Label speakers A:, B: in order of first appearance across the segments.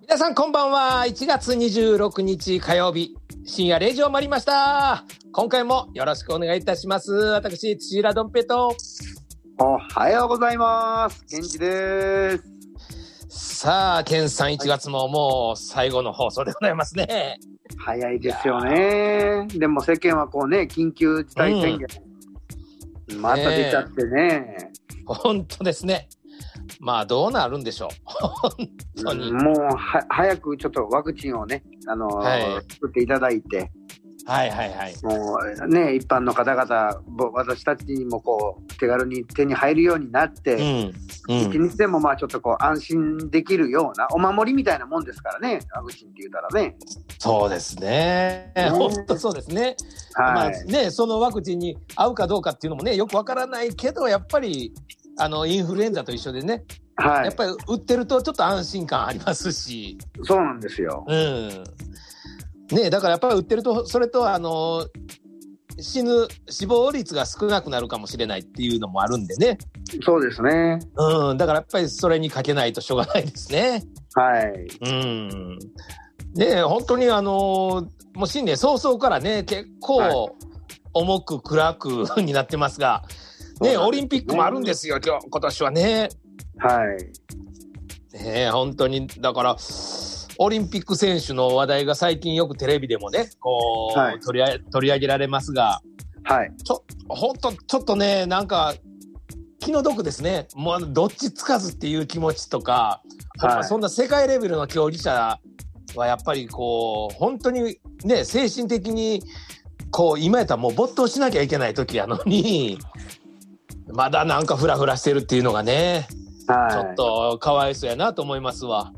A: 皆さんこんばんは1月26日火曜日深夜0時を回りました今回もよろしくお願いいたします私土浦どんぺいと
B: おはようございます。ケンジです。
A: さあケンさん1月ももう最後の放送でございますね
B: 早いですよね。でも世間はこうね、緊急事態宣言。また出ちゃってね。
A: 本当ですねまあどうなるんでしょう本当に
B: もうは早くちょっとワクチンをね、あのー
A: はい
B: 作っていただいて、
A: はいはいはい
B: もうね、一般の方々、ぼ私たちにもこう、手軽に手に入るようになって、
A: う
B: 一、
A: んうん
B: 日でもまあちょっとこう、安心できるような、お守りみたいなもんですからね、ワクチンって言ったらね。
A: そうですね
B: ね
A: 本当そうですね
B: はい。
A: まあね、そのワクチンに合うかどうかっていうのもねよくわからないけどやっぱりあのインフルエンザと一緒でね、
B: は
A: やっ
B: い。
A: ぱり打ってるとちょっと安心感ありますし、
B: そうなんですよ。
A: うんね、だからやっぱり打ってるとそれとあの死ぬ死亡率が少なくなるかもしれないっていうのもあるんでね、
B: そうですね。
A: うん、だからやっぱりそれにかけないとしょうがないですね。
B: はい。
A: うんねえ本当にあのもう新年早々からね結
B: はい
A: 構重く暗くになってますが、
B: そうなんです
A: ねえ
B: ね
A: オリンピックもあるんですよ今日今年はね。
B: はい。
A: ねえ本当にだからオリンピック選手の話題が最近よくテレビでもねこう、
B: はい
A: 取りあ取り上げられますが
B: はい。
A: 本当ちょっとねなんか気の毒ですねもうあのどっちつかずっていう気持ちとか、
B: はい
A: ほんまそんな世界レベルの競技者はやっぱりこう本当にね精神的にこう今やったらもう没頭しなきゃいけない時やのにまだなんかフラフラしてるっていうのがね、
B: はい。
A: ちょっとかわいそうやなと思いますわ。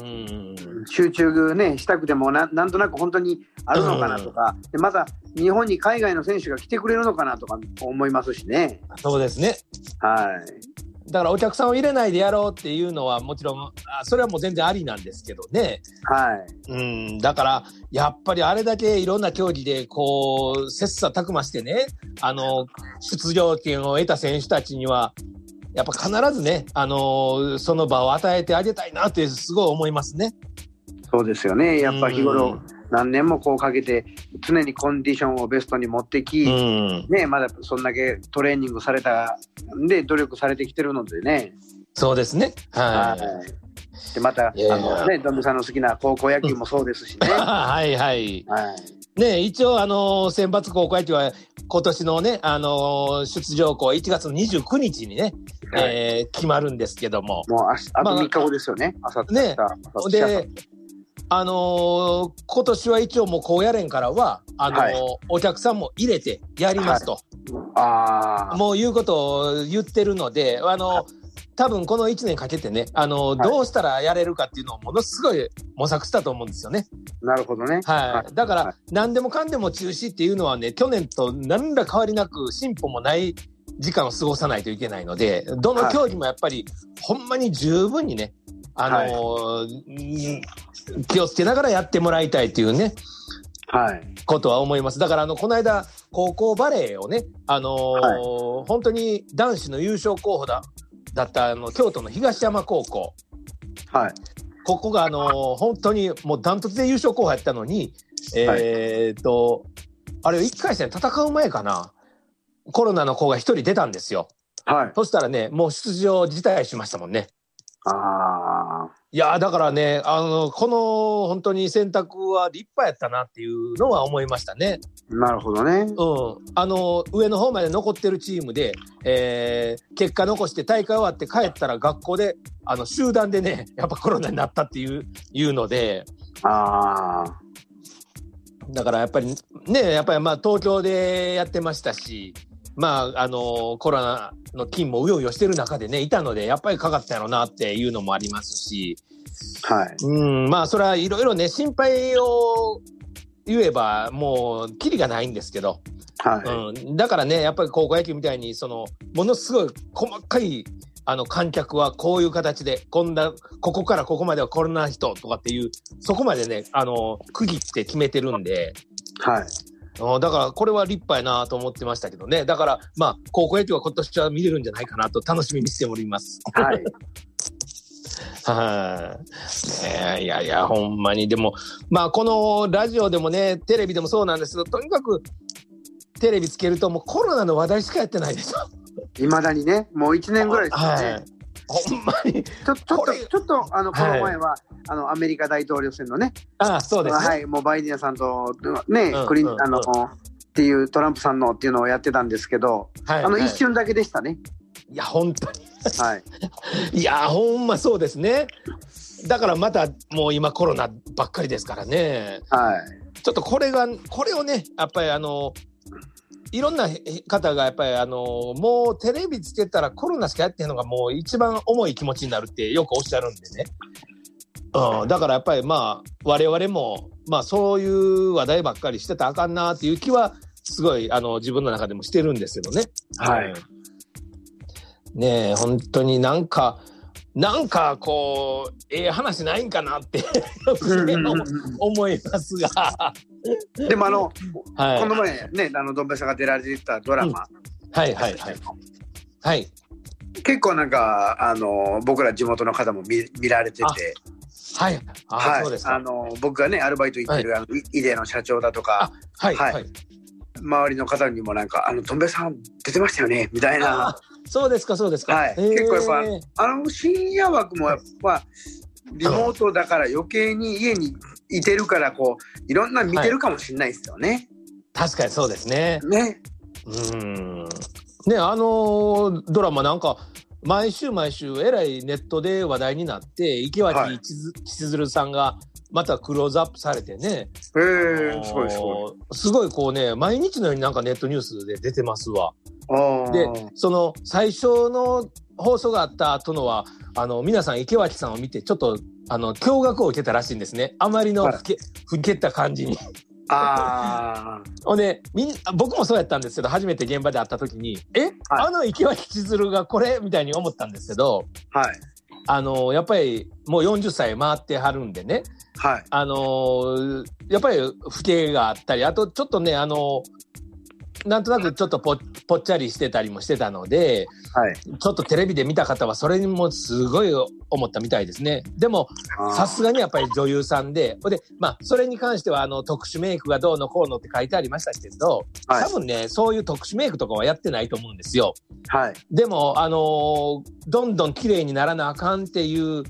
A: うん
B: 集中ねしたくてもななんとなく本当にあるのかなとか、でまた日本に海外の選手が来てくれるのかなとか思いますしね。
A: そうですね
B: はい。
A: だからお客さんを入れないでやろうっていうのはもちろんあそれはもう全然ありなんですけどね。
B: はい。
A: うん、だから、やっぱりあれだけいろんな競技で、こう、切磋琢磨してね、あの、出場権を得た選手たちには、やっぱ必ずね、あの、その場を与えてあげたいなってすごい思いますね。
B: そうですよね。やっぱ日
A: う
B: 頃
A: ん
B: 何年もこうかけて常にコンディションをベストに持ってき、
A: うん。
B: ねまだそんだけトレーニングされたんで努力されてきてるのでね。
A: そうですね。は
B: は。
A: い
B: でまたあ
A: いやいや
B: のねどんぶさんの好きな高校野球もそうですし
A: い。
B: ね。は
A: はいはい。
B: い。
A: ね一応、あの、選抜高校野球は、今年のね、あの、出場校1月の29日にね、
B: はい
A: えー決まるんですけども。
B: もうあしあと
A: まあ
B: 3日後ですよね。あさって。
A: ね
B: 明日明後日
A: で、あのー今年は一応もう高野連からは、あのー
B: はい
A: お客さんも入れてやりますと、
B: ああ。
A: もういうことを言ってるので、あのー多分この1年かけてね、あのー
B: はい
A: どうしたらやれるかっていうのをものすごい模索したと思うんですよね。
B: なるほどね。
A: はい。だから、
B: はい
A: 何でもかんでも中止っていうのはね、去年と何ら変わりなく進歩もない時間を過ごさないといけないので、どの競技もやっぱり、ほんまに十分にね、あのーうん気をつけながらやってもらいたいというね、
B: はい。
A: ことは思います。だから、あの、この間、高校バレーをね、あのー本当に男子の優勝候補だ、だった、あの、京都の東山高校。
B: はい。
A: ここがあのー本当にもうダントツで優勝候補やったのに、えーっと、あれ1回戦戦う前かな、コロナの子が1人出たんですよ。
B: はい。
A: そしたらね、もう出場辞退しましたもんね。
B: あ
A: いやーだからね、あの、この本当に選択は立派やったなっていうのは思いましたね。
B: あ、なるほどね。
A: うん。あの、上の方まで残ってるチームで、えー結果残して大会終わって帰ったら学校で、あの、集団でね、やっぱコロナになったっていう、いうので、
B: ああ、
A: だからやっぱりね、やっぱりまあ東京でやってましたし、まあ、あのコロナの菌もうようよしてる中でね、いたので、やっぱりかかったやろなっていうのもありますし、
B: はい。
A: うん、まあ、それはいろいろね、心配を言えば、もう、キリがないんですけど、
B: はい。
A: うん、だからね、やっぱり高校野球みたいに、その、ものすごい細かい、あの、観客はこういう形で、こんな、ここからここまではこんな人とかっていう、そこまでね、あの、区切って決めてるんで、
B: はい。
A: あーだからこれは立派やなと思ってましたけどねだからまあ高校野球は今年は見れるんじゃないかなと楽しみにしております。
B: はい。
A: はい、ねえいやいやほんまにでもまあこのラジオでもねテレビでもそうなんですけどとにかくテレビつけるともうコロナの話題しかやってないでしょ。
B: いまだにね、もう一年ぐらいですよね。
A: はいほんまに
B: ちょちょっ、
A: ことれ
B: ちょっと、あの、こ
A: はい
B: の前は、あの、アメリカ大統領選のね、
A: ああそうですね。
B: はい、もうバイデンさんと、ね、
A: うん
B: クリン、
A: うん
B: あの、っていうトランプさんのっていうのをやってたんですけど、
A: はい
B: あの
A: はい
B: 一瞬だけでしたね。
A: いや本当に
B: はい。
A: いやほんまそうですね。だからまたもう今コロナばっかりですからね。
B: はい。
A: ちょっとこれが、これをね、やっぱりあの、いろんなへ方がやっぱりあの、もうテレビつけたらコロナしかやってんのがもう一番重い気持ちになるってよくおっしゃるんでね。うん、だからやっぱりまあ、我々も、まあそういう話題ばっかりしてたらあかんなっていう気は、すごいあの、自分の中でもしてるんですけどね。
B: はい
A: うん。ねえ、本当になんか、なんかこう、ええ話ないんかなって、 思いますが。
B: でもあの、
A: はい。
B: この前ね、あの、どんべさんが出られてたドラマ、
A: はいはいはい。はい。
B: 結構なんか、あの、僕ら地元の方も見見られてて、
A: はい。あ、そうです
B: あ
A: か。
B: の、僕がね、アルバイト行ってる、あの、い井出の社長だとか、
A: はい
B: はい
A: はい。
B: 周りの方にもなんか、あの、どんべさん出てましたよね、みたいな。
A: あそうですかそうですか。
B: はい
A: へー
B: 結構やっぱあの深夜枠もやっぱリモートだから余計に家にいてるからこういろんな見てるかもしれないですよね。
A: 確かにそうですね。
B: ね。
A: うーん。ね、あのードラマなんか、毎週毎週、えらいネットで話題になって、池
B: はい
A: 脇千鶴千鶴さんが、またクローズアップされてね。
B: へえ
A: あのー
B: すごいすごい。
A: すごいこうね、毎日のようになんかネットニュースで出てますわ。
B: ああ。
A: でその最初の放送があった後のはあの皆さん池脇さんを見てちょっとあの驚愕を受けたらしいんですねあまりの
B: はい
A: ふけ,、ふけった感じに。
B: あー
A: ほんでみんあ僕もそうやったんですけど初めて現場で会った時に「え、あの池脇千鶴がこれ?」みたいに思ったんですけど
B: はい
A: あのやっぱりもう40歳回ってはるんでね
B: はい
A: あのーやっぱり不景があったりあとちょっとねあのなんとなくちょっとぽぽっちゃりしてたりもしてたので。
B: はい。
A: ちょっとテレビで見た方はそれにもすごい思ったみたいですね。でもさす
B: が。
A: がにやっぱり女優さんで、ほんで、まあそれに関してはあの特殊メイクがどうのこうのって書いてありましたけど、
B: はい
A: 多分ね、そういう特殊メイクとかはやってないと思うんですよ。
B: はい
A: でも、あのーどんどん綺麗にならなあかんっていう、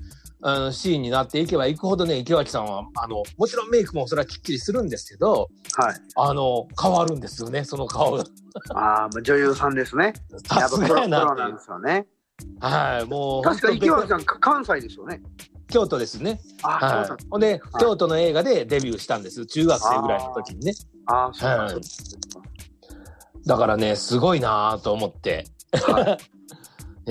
A: あのシーンになっていけばいくほどね、池脇さんは、あの、もちろんメイクもそれはきっちりするんですけど、
B: はい。
A: あの、変わるんですよね、その顔が。
B: ああ女優さんですね。
A: さすがやな
B: プロ
A: ってい
B: なん
A: う
B: で。すよね。
A: はい、もう。
B: 確か池脇
A: 本
B: さんか関西ですよね。
A: 当京都ですね。
B: あーそう
A: はい、ほんで、京都の映画でデビューしたんです中学生ぐらいの時にね
B: なんです。あーそうなん
A: は
B: で
A: い
B: す。
A: だからねすごいなぁと思って
B: は い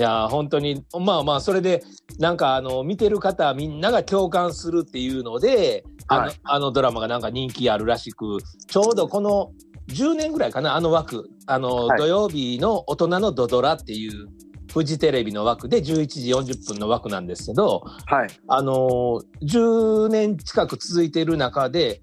A: やー本当にまあまあそれでなんかあの見てる方みんなが共感するっていうのであの,、
B: はい
A: あのドラマがなんか人気あるらしくちょうどこの10年ぐらいかなあの枠あの、
B: はい
A: 土曜日の「大人のドドラ」っていうフジテレビの枠で11時40分の枠なんですけど、
B: はい
A: あのー、10年近く続いている中で、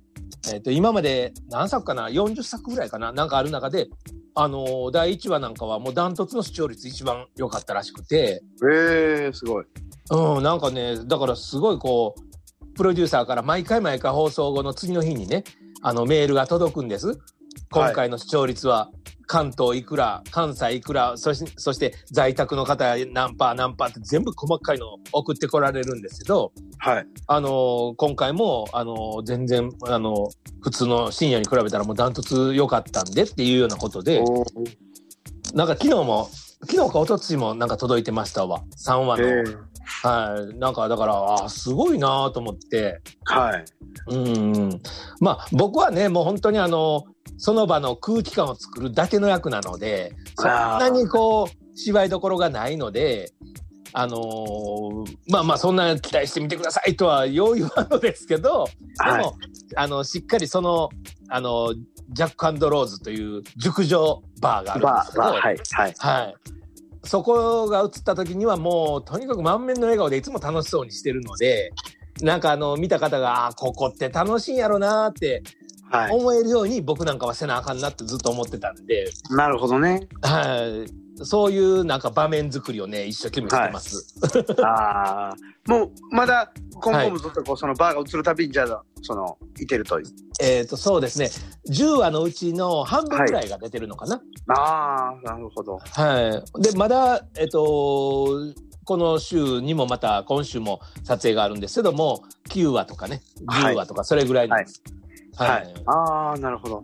A: えっと今まで何作かな40作ぐらいかななんかある中で、あのー第1話なんかはもうダントツの視聴率一番良かったらしくて、
B: へえすごい。
A: うん、なんかねだからすごいこうプロデューサーから毎回毎回放送後の次の日にねあのメールが届くんです今回の視聴率は関東いくら、関西いくら、そしそして在宅の方何パー何パーって全部細かいの送ってこられるんですけど、
B: はい。
A: あのー今回も、あのー全然、あのー普通の深夜に比べたらもうダントツ良かったんでっていうようなことで、
B: お
A: なんか昨日も、昨日か一昨日もなんか届いてましたわ、3話の。
B: ええ
A: はい。なんかだから、あーすごいなーと思って、
B: はい。
A: うん。まあ、僕はね、もう本当にあの、その場の空気感を作るだけの役なので、そんなにこう、芝居どころがないので、あのーまあまあ、そんな期待してみてくださいとはよう言わんのですけど、でも、
B: はい。
A: あの、しっかりその、あの、ジャックアンドローズという熟女バーがあるんで
B: ば
A: す、けど、
B: ば、はい。はい。
A: はい。そこが映った時にはもうとにかく満面の笑顔でいつも楽しそうにしてるので、なんかあの見た方が、あーここって楽しいんやろなーって
B: は
A: 思えるように僕なんかはせなあかんなってずっと思ってたんで、
B: い。なるほ どね。
A: はい。そういうなんか場面作りをね、一生懸命してます。
B: ああ。もう、まだ、今後もずっとこう、そのバーが映るたびに、じゃあ、その、いてるという。
A: えっと、そうですね。10話のうちの半分ぐらいが出てるのかな。
B: ああ、なるほど。
A: はい。で、まだ、えっと、この週にもまた今週も撮影があるんですけども、9話とかね、
B: はい
A: 10話とか、それぐらいなんです。
B: はい
A: はい。い、
B: ああ、なるほど。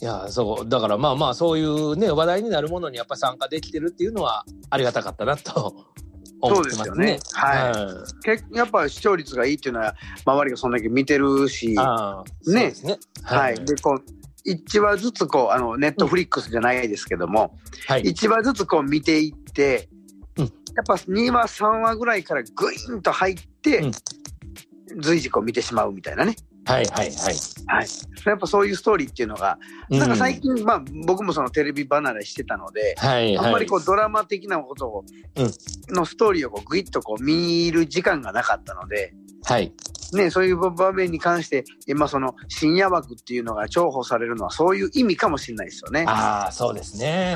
A: や、そう、だからまあまあ、そういうね、話題になるものにやっぱ参加できてるっていうのはありがたかったなと思ってますね。
B: そうですよねはいけやっぱ視聴率がいいっていうのは、周りがそんだけ見てるし、
A: あ
B: は
A: あ、
B: ね
A: そうですね。
B: い。で、こう、一話ずつこう、あの、ネットフリックスじゃないですけども、
A: はい。
B: 一話ずつこう見ていって、
A: うん
B: やっぱ2話、3話ぐらいからグイーンと入って、
A: うん
B: 随時こう見てしまうみたいなね。
A: はい。はい。はい。
B: やっぱそういうストーリーっていうのが、なんか最
A: 近、
B: 近、まあ僕もそのテレビ離れしてたので、
A: はい。はい。
B: あんまりこうドラマ的なことを、
A: うん
B: のストーリーをこうグイッとこう見る時間がなかったので、
A: はい。
B: ね、そういう場面に関して、今その深夜枠っていうのが重宝されるのはそういう意味かもしれないですよね。は
A: ああ、そうですね、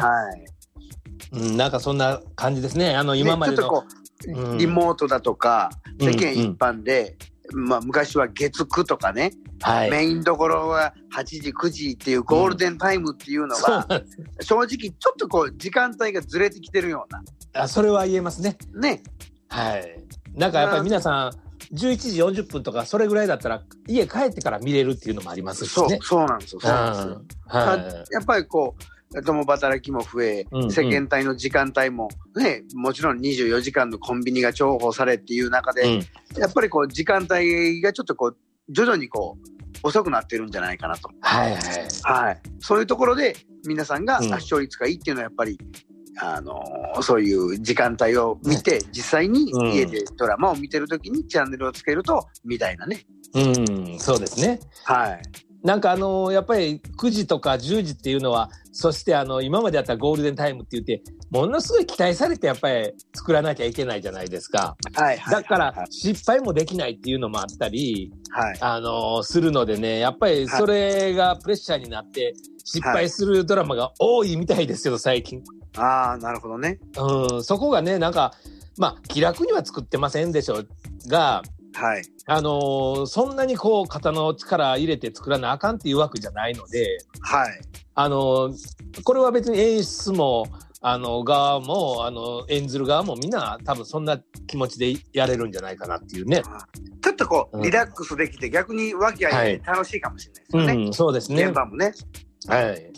B: い。
A: うん。なんかそんな感じですね。あの、今まで
B: ちょっ
A: の。
B: とこう、
A: うん
B: リモートだとか
A: うん
B: 世間一般で、まあ、昔は月9とかね、
A: はい。
B: メインどころは8時9時っていうゴールデンタイムっていうの
A: そう
B: が、正直ちょっとこう時間帯がずれてきてるような
A: あそれは言えますね。
B: ね
A: はい。なんかやっぱり皆さん、11時40分とかそれぐらいだったら家帰ってから見れるっていうのもありますし
B: そう
A: ね。
B: そうなんですよそうなんですよ
A: うんは
B: やっぱりこう共働きも増え、
A: うんうん
B: 世間体の時間帯もねもちろん24時間のコンビニが重宝されっていう中で、
A: い。うん
B: やっぱりこう時間帯がちょっとこう徐々にこう遅くなってるんじゃないかなと、
A: はいはい。
B: はい、そういうところで皆さんが
A: うん
B: あ視聴率がいいっていうのはやっぱり、あのーそういう時間帯を見て、実際に
A: うん
B: 家でドラマを見てる時にチャンネルをつけるとみたいなね、
A: うん、そうですね。
B: はい、
A: なんかあのやっぱり9時とか10時っていうのは、そしてあの今まであったゴールデンタイムって言って、ものすごい期待されてやっぱり作らなきゃいけないじゃないですか。
B: はいはい
A: だか
B: は
A: ら
B: い
A: 失敗もできないっていうのもあったり、
B: はい
A: あのするのでね、やっぱりそれがプレッシャーになって、失敗するドラマが多いみたいですけど、最近。
B: ああなるほどね
A: うん、そこがね、なんか、まあ、気楽には作ってませんでしょうが、
B: はい
A: あのーそんなにこう、肩の力入れて作らなあかんっていうわけじゃないので、
B: はい
A: あのーこれは別に演出も、あの、側も、あの、演ずる側もみんな多分そんな気持ちでやれるんじゃないかなっていうね。
B: ちょっとこ
A: うん
B: うリラックスできて逆に和気あいあいで楽しいかもしれないですよね、
A: うん、そうですね
B: 現。場もね
A: はい。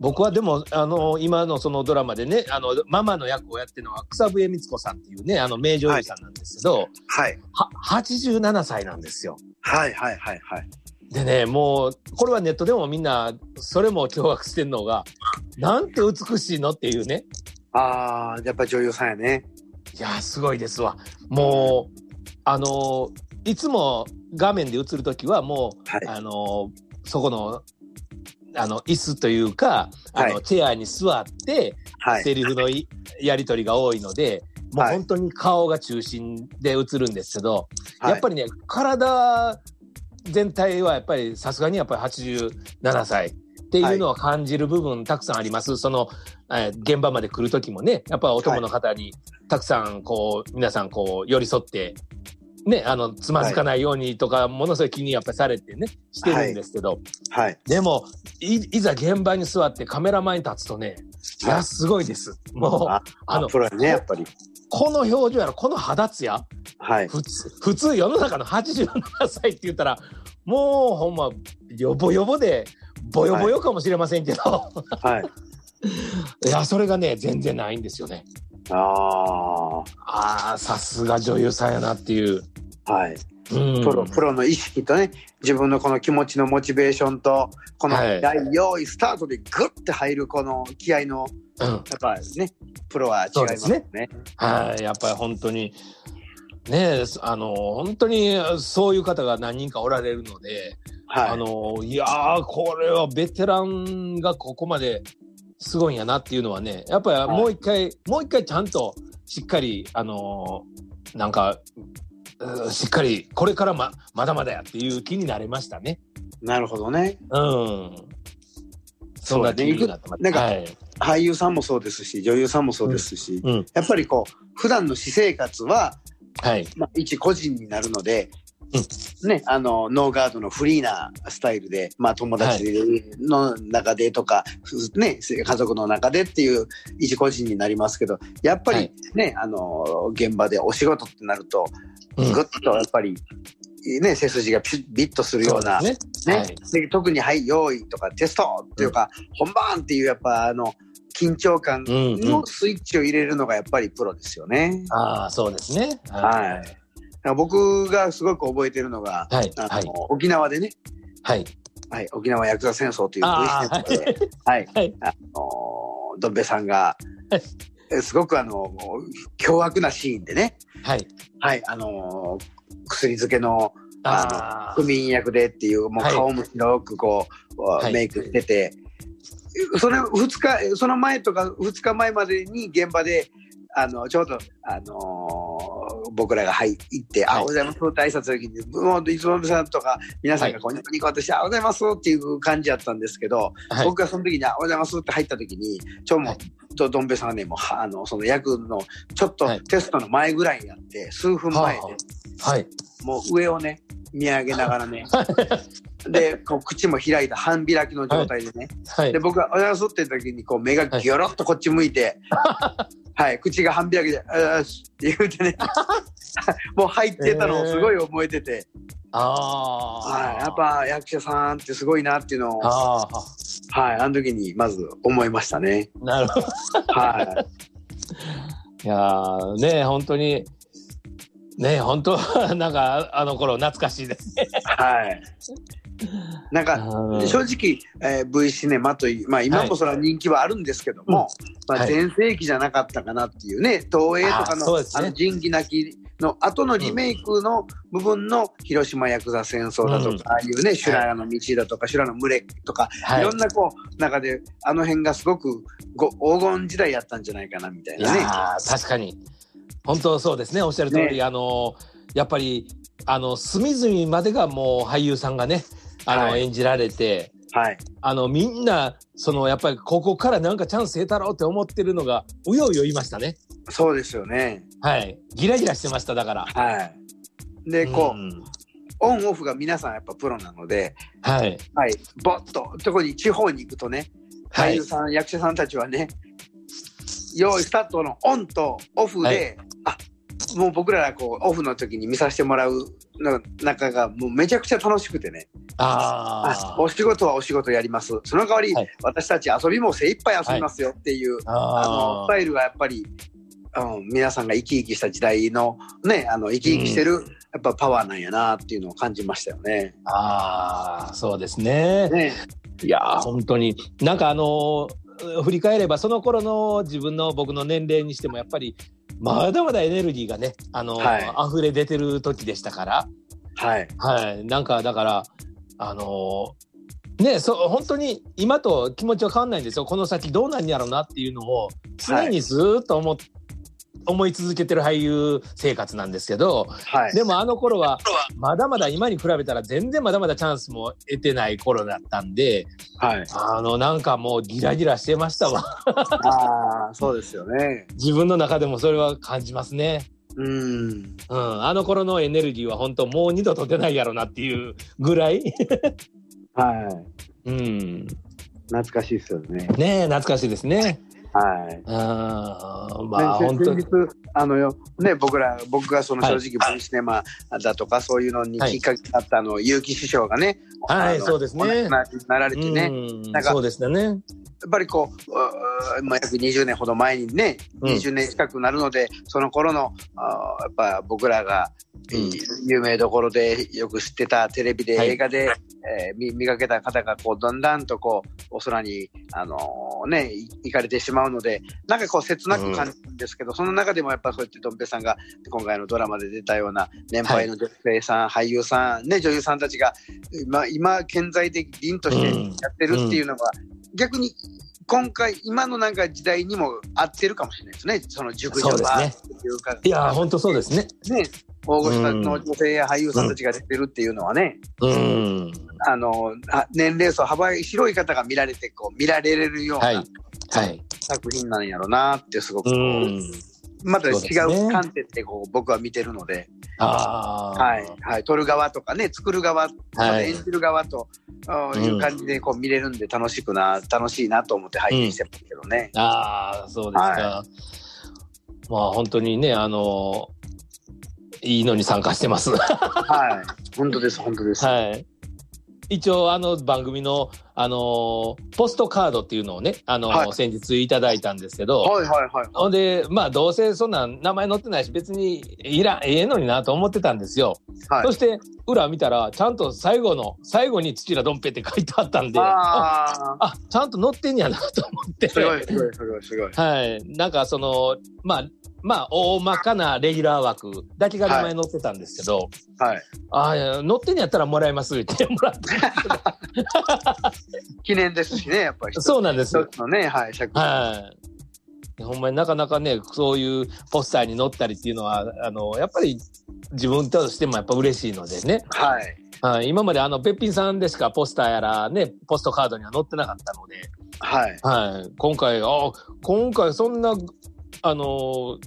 A: 僕はでも、あの、今のそのドラマでね、あの、ママの役をやってるのは草笛光子さんっていうね、あの、名女優さんなんですけど、
B: はい
A: は、87歳なんですよ。
B: はいはいはいはい
A: でね、もう、これはネットでもみんな、それも驚愕してんのが、なんて美しいのっていうね。
B: ああやっぱ女優さんやね
A: いやー、すごいですわ。もう、あのーいつも画面で映るときはもう、
B: はい
A: あのーそこの、あの、椅子というか、あの、
B: は
A: チェアに座って、
B: はい
A: セリフのいやり取りが多いので、もう
B: はい
A: 本当に顔が中心で映るんですけど、やっぱ
B: り
A: りね、体全体はやっぱりさすがにやっぱり87歳っていうのは感じる部分たくさんあります。その、えー現場まで来る時もね、やっぱり男の方にたくさんこう、皆さんこう寄り添って、ね、あの、つまずかないようにとか、ものすごい気にやっぱりされてね、してるんですけど、
B: はい。
A: でもい、いざ現場に座ってカメラ前に立つとね、いや、すごいです。もう、
B: あ
A: あの
B: プロやね、やっぱり。
A: この表情やら、この肌ツヤ、
B: はい。
A: 普通、普通世の中の87歳って言ったら、もうほんま、よぼよぼで、ぼよぼよかもしれませんけど、
B: はい。
A: い、や、それがね、全然ないんですよね。
B: あ
A: ああ、さすが女優さんやなっていう。
B: あ。はい。
A: うん
B: プロ、プロの意識とね、自分のこの気持ちのモチベーションと、この、
A: はい
B: 第4位スタートでグッて入るこの気合の、
A: うん
B: やっぱね、プロは違います
A: そう
B: ね
A: で。はい、やっぱり本当に。ねえ、あの、本当にそういう方が何人かおられるので、
B: はい。
A: あの、いやー、これはベテランがここまですごいんやなっていうのはね、やっぱりもう一回、もう一回ちゃんとしっかり、あのーなんか、うんしっかり、これからま、まだまだやっていう気になれましたね。
B: なるほどね。
A: うん。そんな気になってます。
B: なんか
A: はい、
B: 俳優さんもそうですし、女優さんもそうですし、
A: うんうん
B: やっぱりこう、普段の私生活は、
A: はい。
B: まあ、一個人になるので、ね、あのノーガードのフリーなスタイルで、まあ、友達の中でとか、ね、家族の中でっていう一個人になりますけどやっぱ
A: は
B: り
A: い、
B: ねあの現場でお仕事ってなると
A: う
B: ぐ
A: ん
B: っとやっぱり、ね、背筋がピュッビッとするような。
A: そうですね。
B: ね
A: はい。
B: で特に「はい用意」とか「テスト」っていうか、本番」っていうやっぱあの緊張感
A: うん、うん
B: の。スイッチを入れるのがやっぱりプロですよね。
A: ああ、そうですね。
B: はい。だから僕がすごく覚えてるのが、
A: はい。
B: あの
A: はい。
B: 沖縄でね、
A: はい。
B: はい、沖縄ヤクザ戦争という
A: あー
B: V 戦争で、はい、
A: はい。
B: あのーどん兵衛さんが
A: はい、
B: えすごくあの凶悪なシーンでね、
A: はい。
B: はい、あのー薬漬けの
A: あ
B: 不眠薬でっていう、もう
A: はい
B: 顔も白くこう、
A: はい
B: メイクしてて、それ二日、その前とか2日前までに現場で、あの、ちょうど、あのー僕らが入って、
A: はい
B: あ、おはようございますって挨拶の時に、もう、いつもさんとか、皆さんがこうニコニコとして、あ、おはようございますっていう感じやったんですけど、
A: あ。はい。
B: 僕がその時に、あ、おはようございますって入った時に、ちょ、も
A: は
B: う、どどん兵衛さんがね、もう、はあの、その役の、ちょっと
A: はい
B: テストの前ぐらいになって、数分前で、
A: はあはい。
B: もう上をね見上げながらねでこう口も開いた半開きの状態でね、
A: はい
B: で。僕が「おやす」ってる時にこう目がギョロッとこっち向いて、はい口が半開きで「おやす」って言うてね もう入ってたのをすごい覚えてて、
A: ああ。
B: はい、やっ。ぱ役者さんってすごいなっていうのを、はい、
A: ああ。
B: あの時にまず思いましたね。
A: なるほど。
B: はい
A: やーね本当に。ね本当なんか、あの頃懐かしいですね。
B: い、はい、なんか正直、えー V シネマという、まあ、今もそれは人気はあるんですけども、ま
A: は
B: あ、
A: い
B: 全盛期じゃなかったかなっていうね東映とか
A: あそ
B: の,、
A: うです
B: あ
A: ね
B: の仁義なきの後のリメイクの部分の広島ヤクザ戦争だとか、
A: うん
B: ああいうね修羅の道だとか修羅の群れとか、、
A: はいい。
B: ろんなこう中であの辺がすごくご黄金時代やったんじゃないかなみたい
A: い
B: なね。
A: やー確かに。本当そうですね。おっしゃる通り、
B: ね
A: あの、やっぱり、あの、隅々までがもう俳優さんがね、あの、
B: はい
A: 演じられて、
B: はい、
A: あの、みんな、その、やっぱり、ここからなんかチャンス得たろうって思ってるのが、うようよいましたね。
B: そうですよね、
A: はい。ギラギラしてました、だから。
B: はい、でこう、
A: ん
B: オンオフが皆さんやっぱプロなので、
A: はい。
B: はい、ぼっと特に地方に行くとね
A: は
B: 俳
A: い
B: 優。さん、役者さんたちはね、用意スタートのオンとオフで、
A: はい
B: あもう僕らがこうオフの時に見させてもらうの中がもうめちゃくちゃ楽しくてねあ
A: あー
B: お仕事はお仕事やりますその代わり、
A: はい
B: 私たち遊びも精一杯遊びますよっていう、あの
A: あー。
B: スタイルがやっぱり、うん、皆さんが生き生きした時代のねあの生き生きしてる、やっぱパワーなんやなっていうのを感じましたよね。
A: あーそうですね。
B: ね
A: いやー本当になんかあのー振り返ればその頃の自分の僕の年齢にしてもやっぱりまだまだエネルギーがね、あのー
B: は
A: 溢れ出てる時でしたから、
B: はい、
A: はい、なんかだからあのーねそう本当に今と気持ちは変わんないんですよこの先どうなんやろうなっていうのを常にずーっと思っ、思い続けてる俳優生活なんですけど、
B: はい
A: でもあの頃はまだまだ今に比べたら全然まだまだチャンスも得てない頃だったんで、
B: はい、
A: あの、なんかもうギラギラしてましたわ。
B: ああそうですよね。
A: 自分の中でもそれは感じますね。うんあの頃のエネルギーは本当もう二度と出ないやろなっていうぐらい 、
B: はい
A: うん、
B: 懐かしいですよね
A: ね懐かしいですね
B: はい。
A: あまあ、本当に。
B: あのよ、ね、僕ら、僕がその正直、ブリシネマだとか、そういうのにきっかけだったあの、結城師匠がね、
A: はい、そうですね。
B: なられてね。
A: なんか、そうですね。や
B: っぱりこう、まあ、約20年ほど前にね、20年近くなるので、その頃の、あやっぱ僕らが、有名どころでよく知ってたテレビで、映画で、えー、見かけた方がこうだんだんとこうお空に、あのー、ね、行かれてしまうのでなんかこう切なく感じるんですけど、うん、その中でもやっぱそうやってどん兵衛さんが今回のドラマで出たような年配の女性さん、はい、俳優さん、ね、女優さんたちが今今健在的凛としてやってるっていうのが、うん、逆に今回今のなんか時代にも合ってるかもしれないですねその熟女バーっていうか、ね、
A: いや本当そうですね。
B: ね大御所の女性や俳優さんたちが出てるっていうのはね、
A: うん、
B: あの年齢層幅広い方が見られてこう見られるような、はい
A: はい、
B: 作品なんやろうなってすごく、うん、また違う観点でこう、ね、僕は見てるのではいはい、撮る側とかね作る側、はい、演じる側という感じでこう見れるんで楽しくな楽しいなと思って拝見してますけど ね。
A: うん、ああそうですか、はい、まあ本当にねあのいいのに参加してます。
B: はい、本当です、本当です。
A: はい。一応、あの番組の、あのー、ポストカードっていうのをね、あのーはい、先日いただいたんですけど。
B: はいはいはい、
A: ほんで、まあ、どうせそんな名前載ってないし、別にいらん、ええのになと思ってたんですよ。はい、そして、裏見たら、ちゃんと最後の、最後に土田どんぺって書いてあったんで、ああ、ちゃんと載ってんやなと思って。
B: すごいすごいすごいすごい。
A: はい。なんか、その、まあ、まあ、大まかなレギュラー枠だけが名前載ってたんですけど、
B: はい。
A: はい、ああ、載ってんやったらもらいますってもらって。
B: 記念ですしね、やっぱり。
A: そうなんです。
B: 一つのね、はい、作
A: 品。はい。ほんまになかなかね、そういうポスターに載ったりっていうのは、あの、やっぱり自分としてもやっぱ嬉しいのでね。
B: はい。
A: はい、今まであの、べっぴんさんでしかポスターやらね、ポストカードには載ってなかったので。
B: はい。
A: はい。今回、ああ、今回そんなあのー、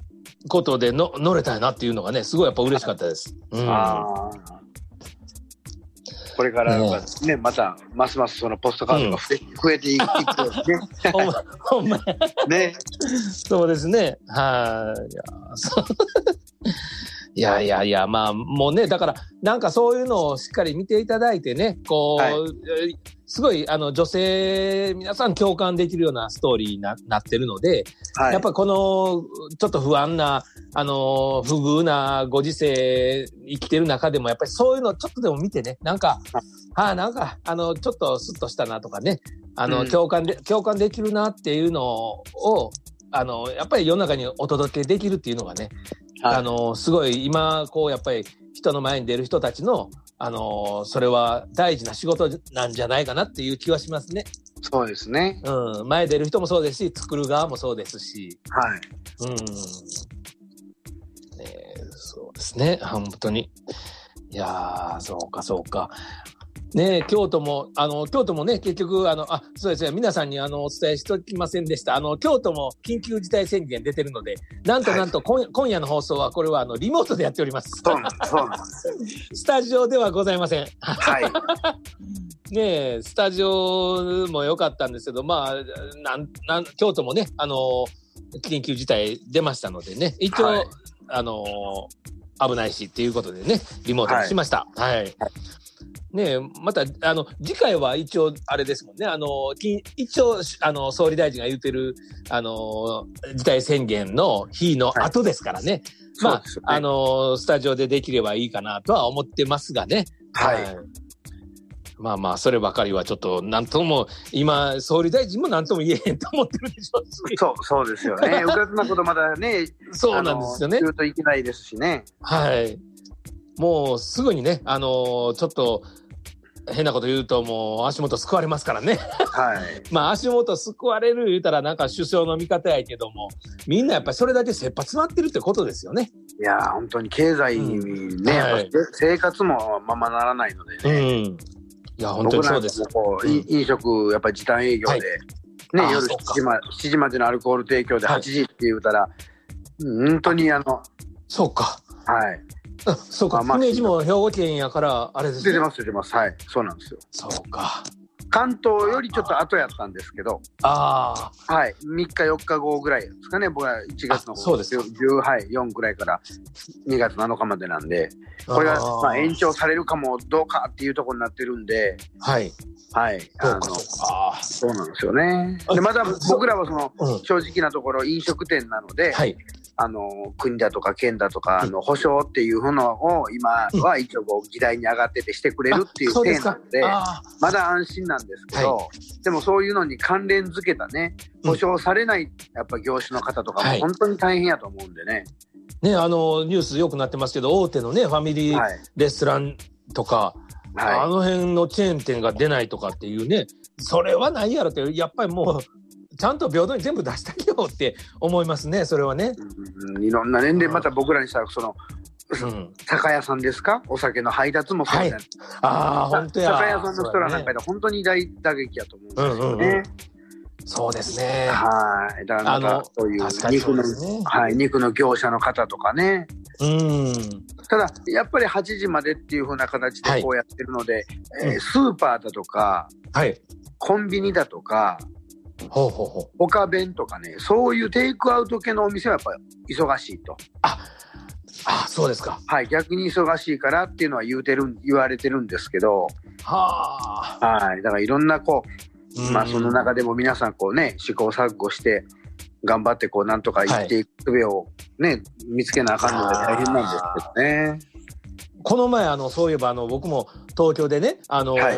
A: ことでの乗れたなっていうのがねすごいやっぱ嬉しかったです。うん、
B: これからね、ね、またますますそのポストカードが増え,うん、増えていく
A: ほんま
B: ね
A: そうですねはい いやいやいや、まあ、もうね、だから、なんかそういうのをしっかり見ていただいてね、こう、はい、すごい、あの、女性、皆さん共感できるようなストーリーにななってるので、はい、やっぱこの、ちょっと不安な、あの、不遇なご時世生きてる中でも、やっぱりそういうのちょっとでも見てね、なんか、はあ、なんか、あの、ちょっとスッとしたなとかね、あの、うん、共感で、共感できるなっていうのを、あの、やっぱり世の中にお届けできるっていうのがね、はい、あの、すごい今、こう、やっぱり人の前に出る人たちの、あの、それは大事な仕事なんじゃないかなっていう気はしますね。
B: そうですね。
A: うん。前出る人もそうですし、作る側もそうですし。
B: はい。
A: うん。ね、そうですね。本当に。いやそうか、そうか。ね京都も、あの、京都もね、結局、あの、あ、そうですね、皆さんにあの、お伝えしておきませんでした。あの、京都も緊急事態宣言出てるので、なんとなんと今、はい、今夜の放送は、これはあの、リモートでやっております。
B: そうなんそうなん
A: スタジオではございません。
B: はい。
A: ねスタジオも良かったんですけど、まあ、なん、なん、京都もね、あの、緊急事態出ましたのでね、一応、はい、あの、危ないしっていうことでね、リモートにしました。はい、はいねまた、あの、次回は一応、あれですもんね、あの、一応、あの、総理大臣が言ってる、あの、事態宣言の日の後ですからね。はい、まあ、ね、あの、スタジオでできればいいかなとは思ってますがね。
B: はい。はい、
A: まあまあ、そればかりはちょっと、なんとも、今、総理大臣もなんとも言えへんと思ってるでしょうし。
B: そう、そうですよね。うかつなことまだね、
A: そうなんですよね。
B: 言うといけないですしね。
A: はい。もう、すぐにね、あの、ちょっと、変なこと言うともう足元救われますからね
B: はい。
A: まあ足元救われる言うたらなんか首相の味方やけども、みんなやっぱりそれだけ切羽詰まってるってことですよね。
B: いや本当に経済にね、うんはい、生活もままならないのでね。
A: うん、いや本当にそうです。
B: うん、飲食やっぱり時短営業で、はい、ね、夜7時までのアルコール提供で8時って言うたら、本当にあの、
A: そうか。
B: はい。
A: あそうか、
B: まあ
A: 姫路も兵庫県やから、あれです
B: 出て
A: ね。
B: ます、出てます。はい。そうなんですよ。
A: そうか。
B: 関東よりちょっと後やったんですけど、
A: ああ、
B: はい。3日、4日後ぐらいですかね。僕は1月の
A: あそうですか
B: 10、はい、4ぐらいから2月7日までなんで、これ
A: あ
B: が
A: ー
B: まあ延長されるかもどうかっていうところになってるんで、
A: はい。
B: はい。
A: そ
B: あ
A: うか、そ
B: の
A: うか。
B: そうなんですよね。
A: あ
B: でまだ
A: そう
B: 僕らはその
A: うん。
B: 正直なところ飲食店なので、
A: はい。
B: あの国だとか県だとかあの保証っていうものを今は一応こう議題に上がっててしてくれるってい
A: あ
B: う
A: そうで
B: 体
A: す
B: な
A: か
B: の。で
A: あ
B: まだ安心なんですけど、でもそういうのに関連づけたね保証されないやっぱ業種の方とか
A: は
B: も
A: い
B: 本当に大変やと思うんでね。
A: ーね、あの、ニュースよくなってますけど、大手のね、ファミリー
B: はい
A: レストランとか、あ
B: は
A: の辺のチェーン店が出ないとかっていうね、それはないやろって、やっぱりもう、ちゃんと平等に全部出したきよって思いますね、それはね
B: い。うんうんいろんな年齢また僕らにしたらその
A: うん。
B: 酒屋さんですかお酒の配達もそうじゃないですか
A: ああ、本当や。
B: 酒屋 さんの人らなんかで本当に大打撃やと思うんですよね。
A: うんうんうんそうですね。
B: はい。だからま
A: あの
B: たそういう
A: 確かにそ
B: 肉
A: う
B: の、
A: ですね
B: はい、肉の業者の方とかね。
A: うん。
B: ただ、やっぱり8時までっていう風な形
A: はい
B: でこうやってるので、えー
A: うん
B: スーパーだとか、
A: はい。
B: コンビニだとか、
A: ほうほうほう。
B: 他弁とかね、そういうテイクアウト系のお店はやっぱり忙しいと。
A: ああ、そうですか。
B: はい、逆に忙しいからっていうのは言うてる、言われてるんですけど、
A: はあ。
B: はい。だからいろんなこう、
A: うん
B: まあ、その中でも皆さんこうね試行錯誤して頑張ってこうなんとか生きていく術を、ね見つけなあかんので大変なんですけどね。
A: この前あのそういえばあの僕も東京でねあのー
B: は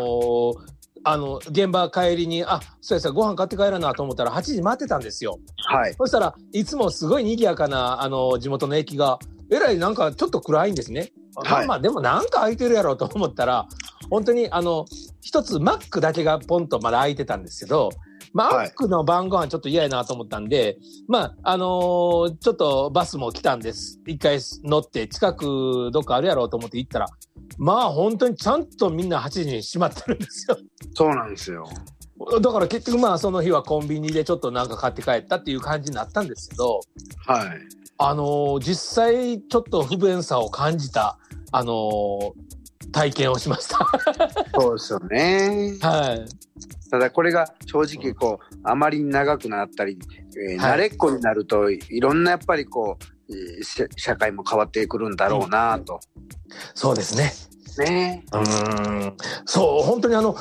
A: あの現場帰りにあそうやそうやご飯買って帰らなと思ったら8時待ってたんですよ
B: はい、
A: そしたらいつもすごい賑やかなあの地元の駅がえらいなんかちょっと暗いんですね、ま
B: は
A: あ
B: い
A: まあでもなんか空いてるやろうと思ったら本当にあの一つマックだけがポンとまだ空いてたんですけどマ
B: はい
A: ックの晩ご飯ちょっと嫌やなと思ったんで、まああのーちょっとバスも来たんです一回乗って近くどっかあるやろうと思って行ったらまあ本当にちゃんとみんな8時に閉まってるんですよ
B: そうなんですよ。
A: だから結局まあその日はコンビニでちょっとなんか買って帰ったっていう感じになったんですけど
B: はい。
A: あのー実際ちょっと不便さを感じた、あのー体験をしました。
B: そうですよね。
A: はい。
B: ただこれが正直こうあまりに長くなったり、えー
A: はい
B: 慣れっこになるといろんなやっぱりこうえー社社会も変わってくるんだろうなと。
A: そうですね。
B: ね。
A: うーん。そう、本当にあの、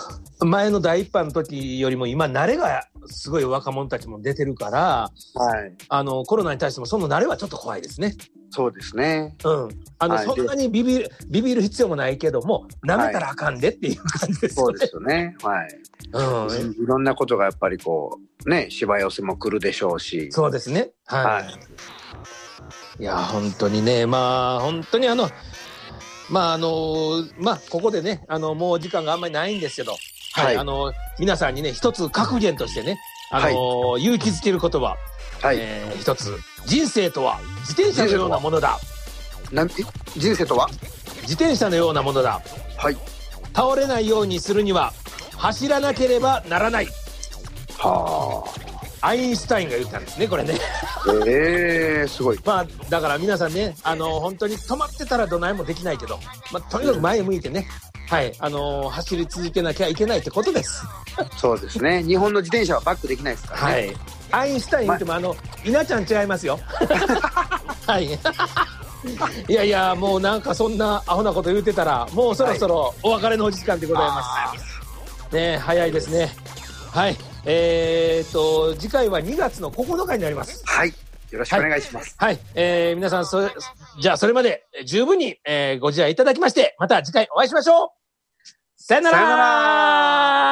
A: 前の第一波の時よりも今、慣れがすごい若者たちも出てるから、
B: はい。
A: あの、コロナに対してもその慣れはちょっと怖いですね。
B: そうですね。
A: うん。あの、
B: はい
A: そんなにビビる、ビビる必要もないけども、舐めたらあかんでっていう感じです
B: そ
A: よ
B: う
A: ね。
B: ですよね。はい。
A: うん。
B: いろんなことがやっぱりこうね芝寄せも来るでしょうし。
A: そうですね。は
B: はいい。
A: いや本当にねまあ本当にあのまああのまあここでねあのもう時間があんまりないんですけど、はい
B: はい
A: あの皆さんにね一つ格言としてねあの、勇気づける言葉、
B: はい。
A: えー一つ人生とは自転車のようなものだ
B: なんえ人生とは
A: 自転車のようなものだ
B: はい。
A: 倒れないようにするには走らなければならない
B: は
A: アインシュタインが言ったんですねこれね。
B: あ。ええー、すごい。
A: まあだから皆さんね、あの本当に止まってたらどないもできないけど、まあ、とにかく前向いてね、はい、あの走り続けなきゃいけないってことです。
B: そうですね。日本の自転車はバックできないですからね。
A: い。アインシュタイン言っても、あの、稲ちゃん違いますよ。はい。いやいや、もうなんかそんなアホなこと言ってたら、もうそろそろお別れのお時間でございます。ねえ早いですね。はい。えー、っと、次回は2月の9日になります。
B: はい。よろしくお願いします。
A: はい、えー、皆さんそれ、じゃあそれまでえー十分に、えーご自愛いただきまして、また次回お会いしましょうさよなら
B: さよな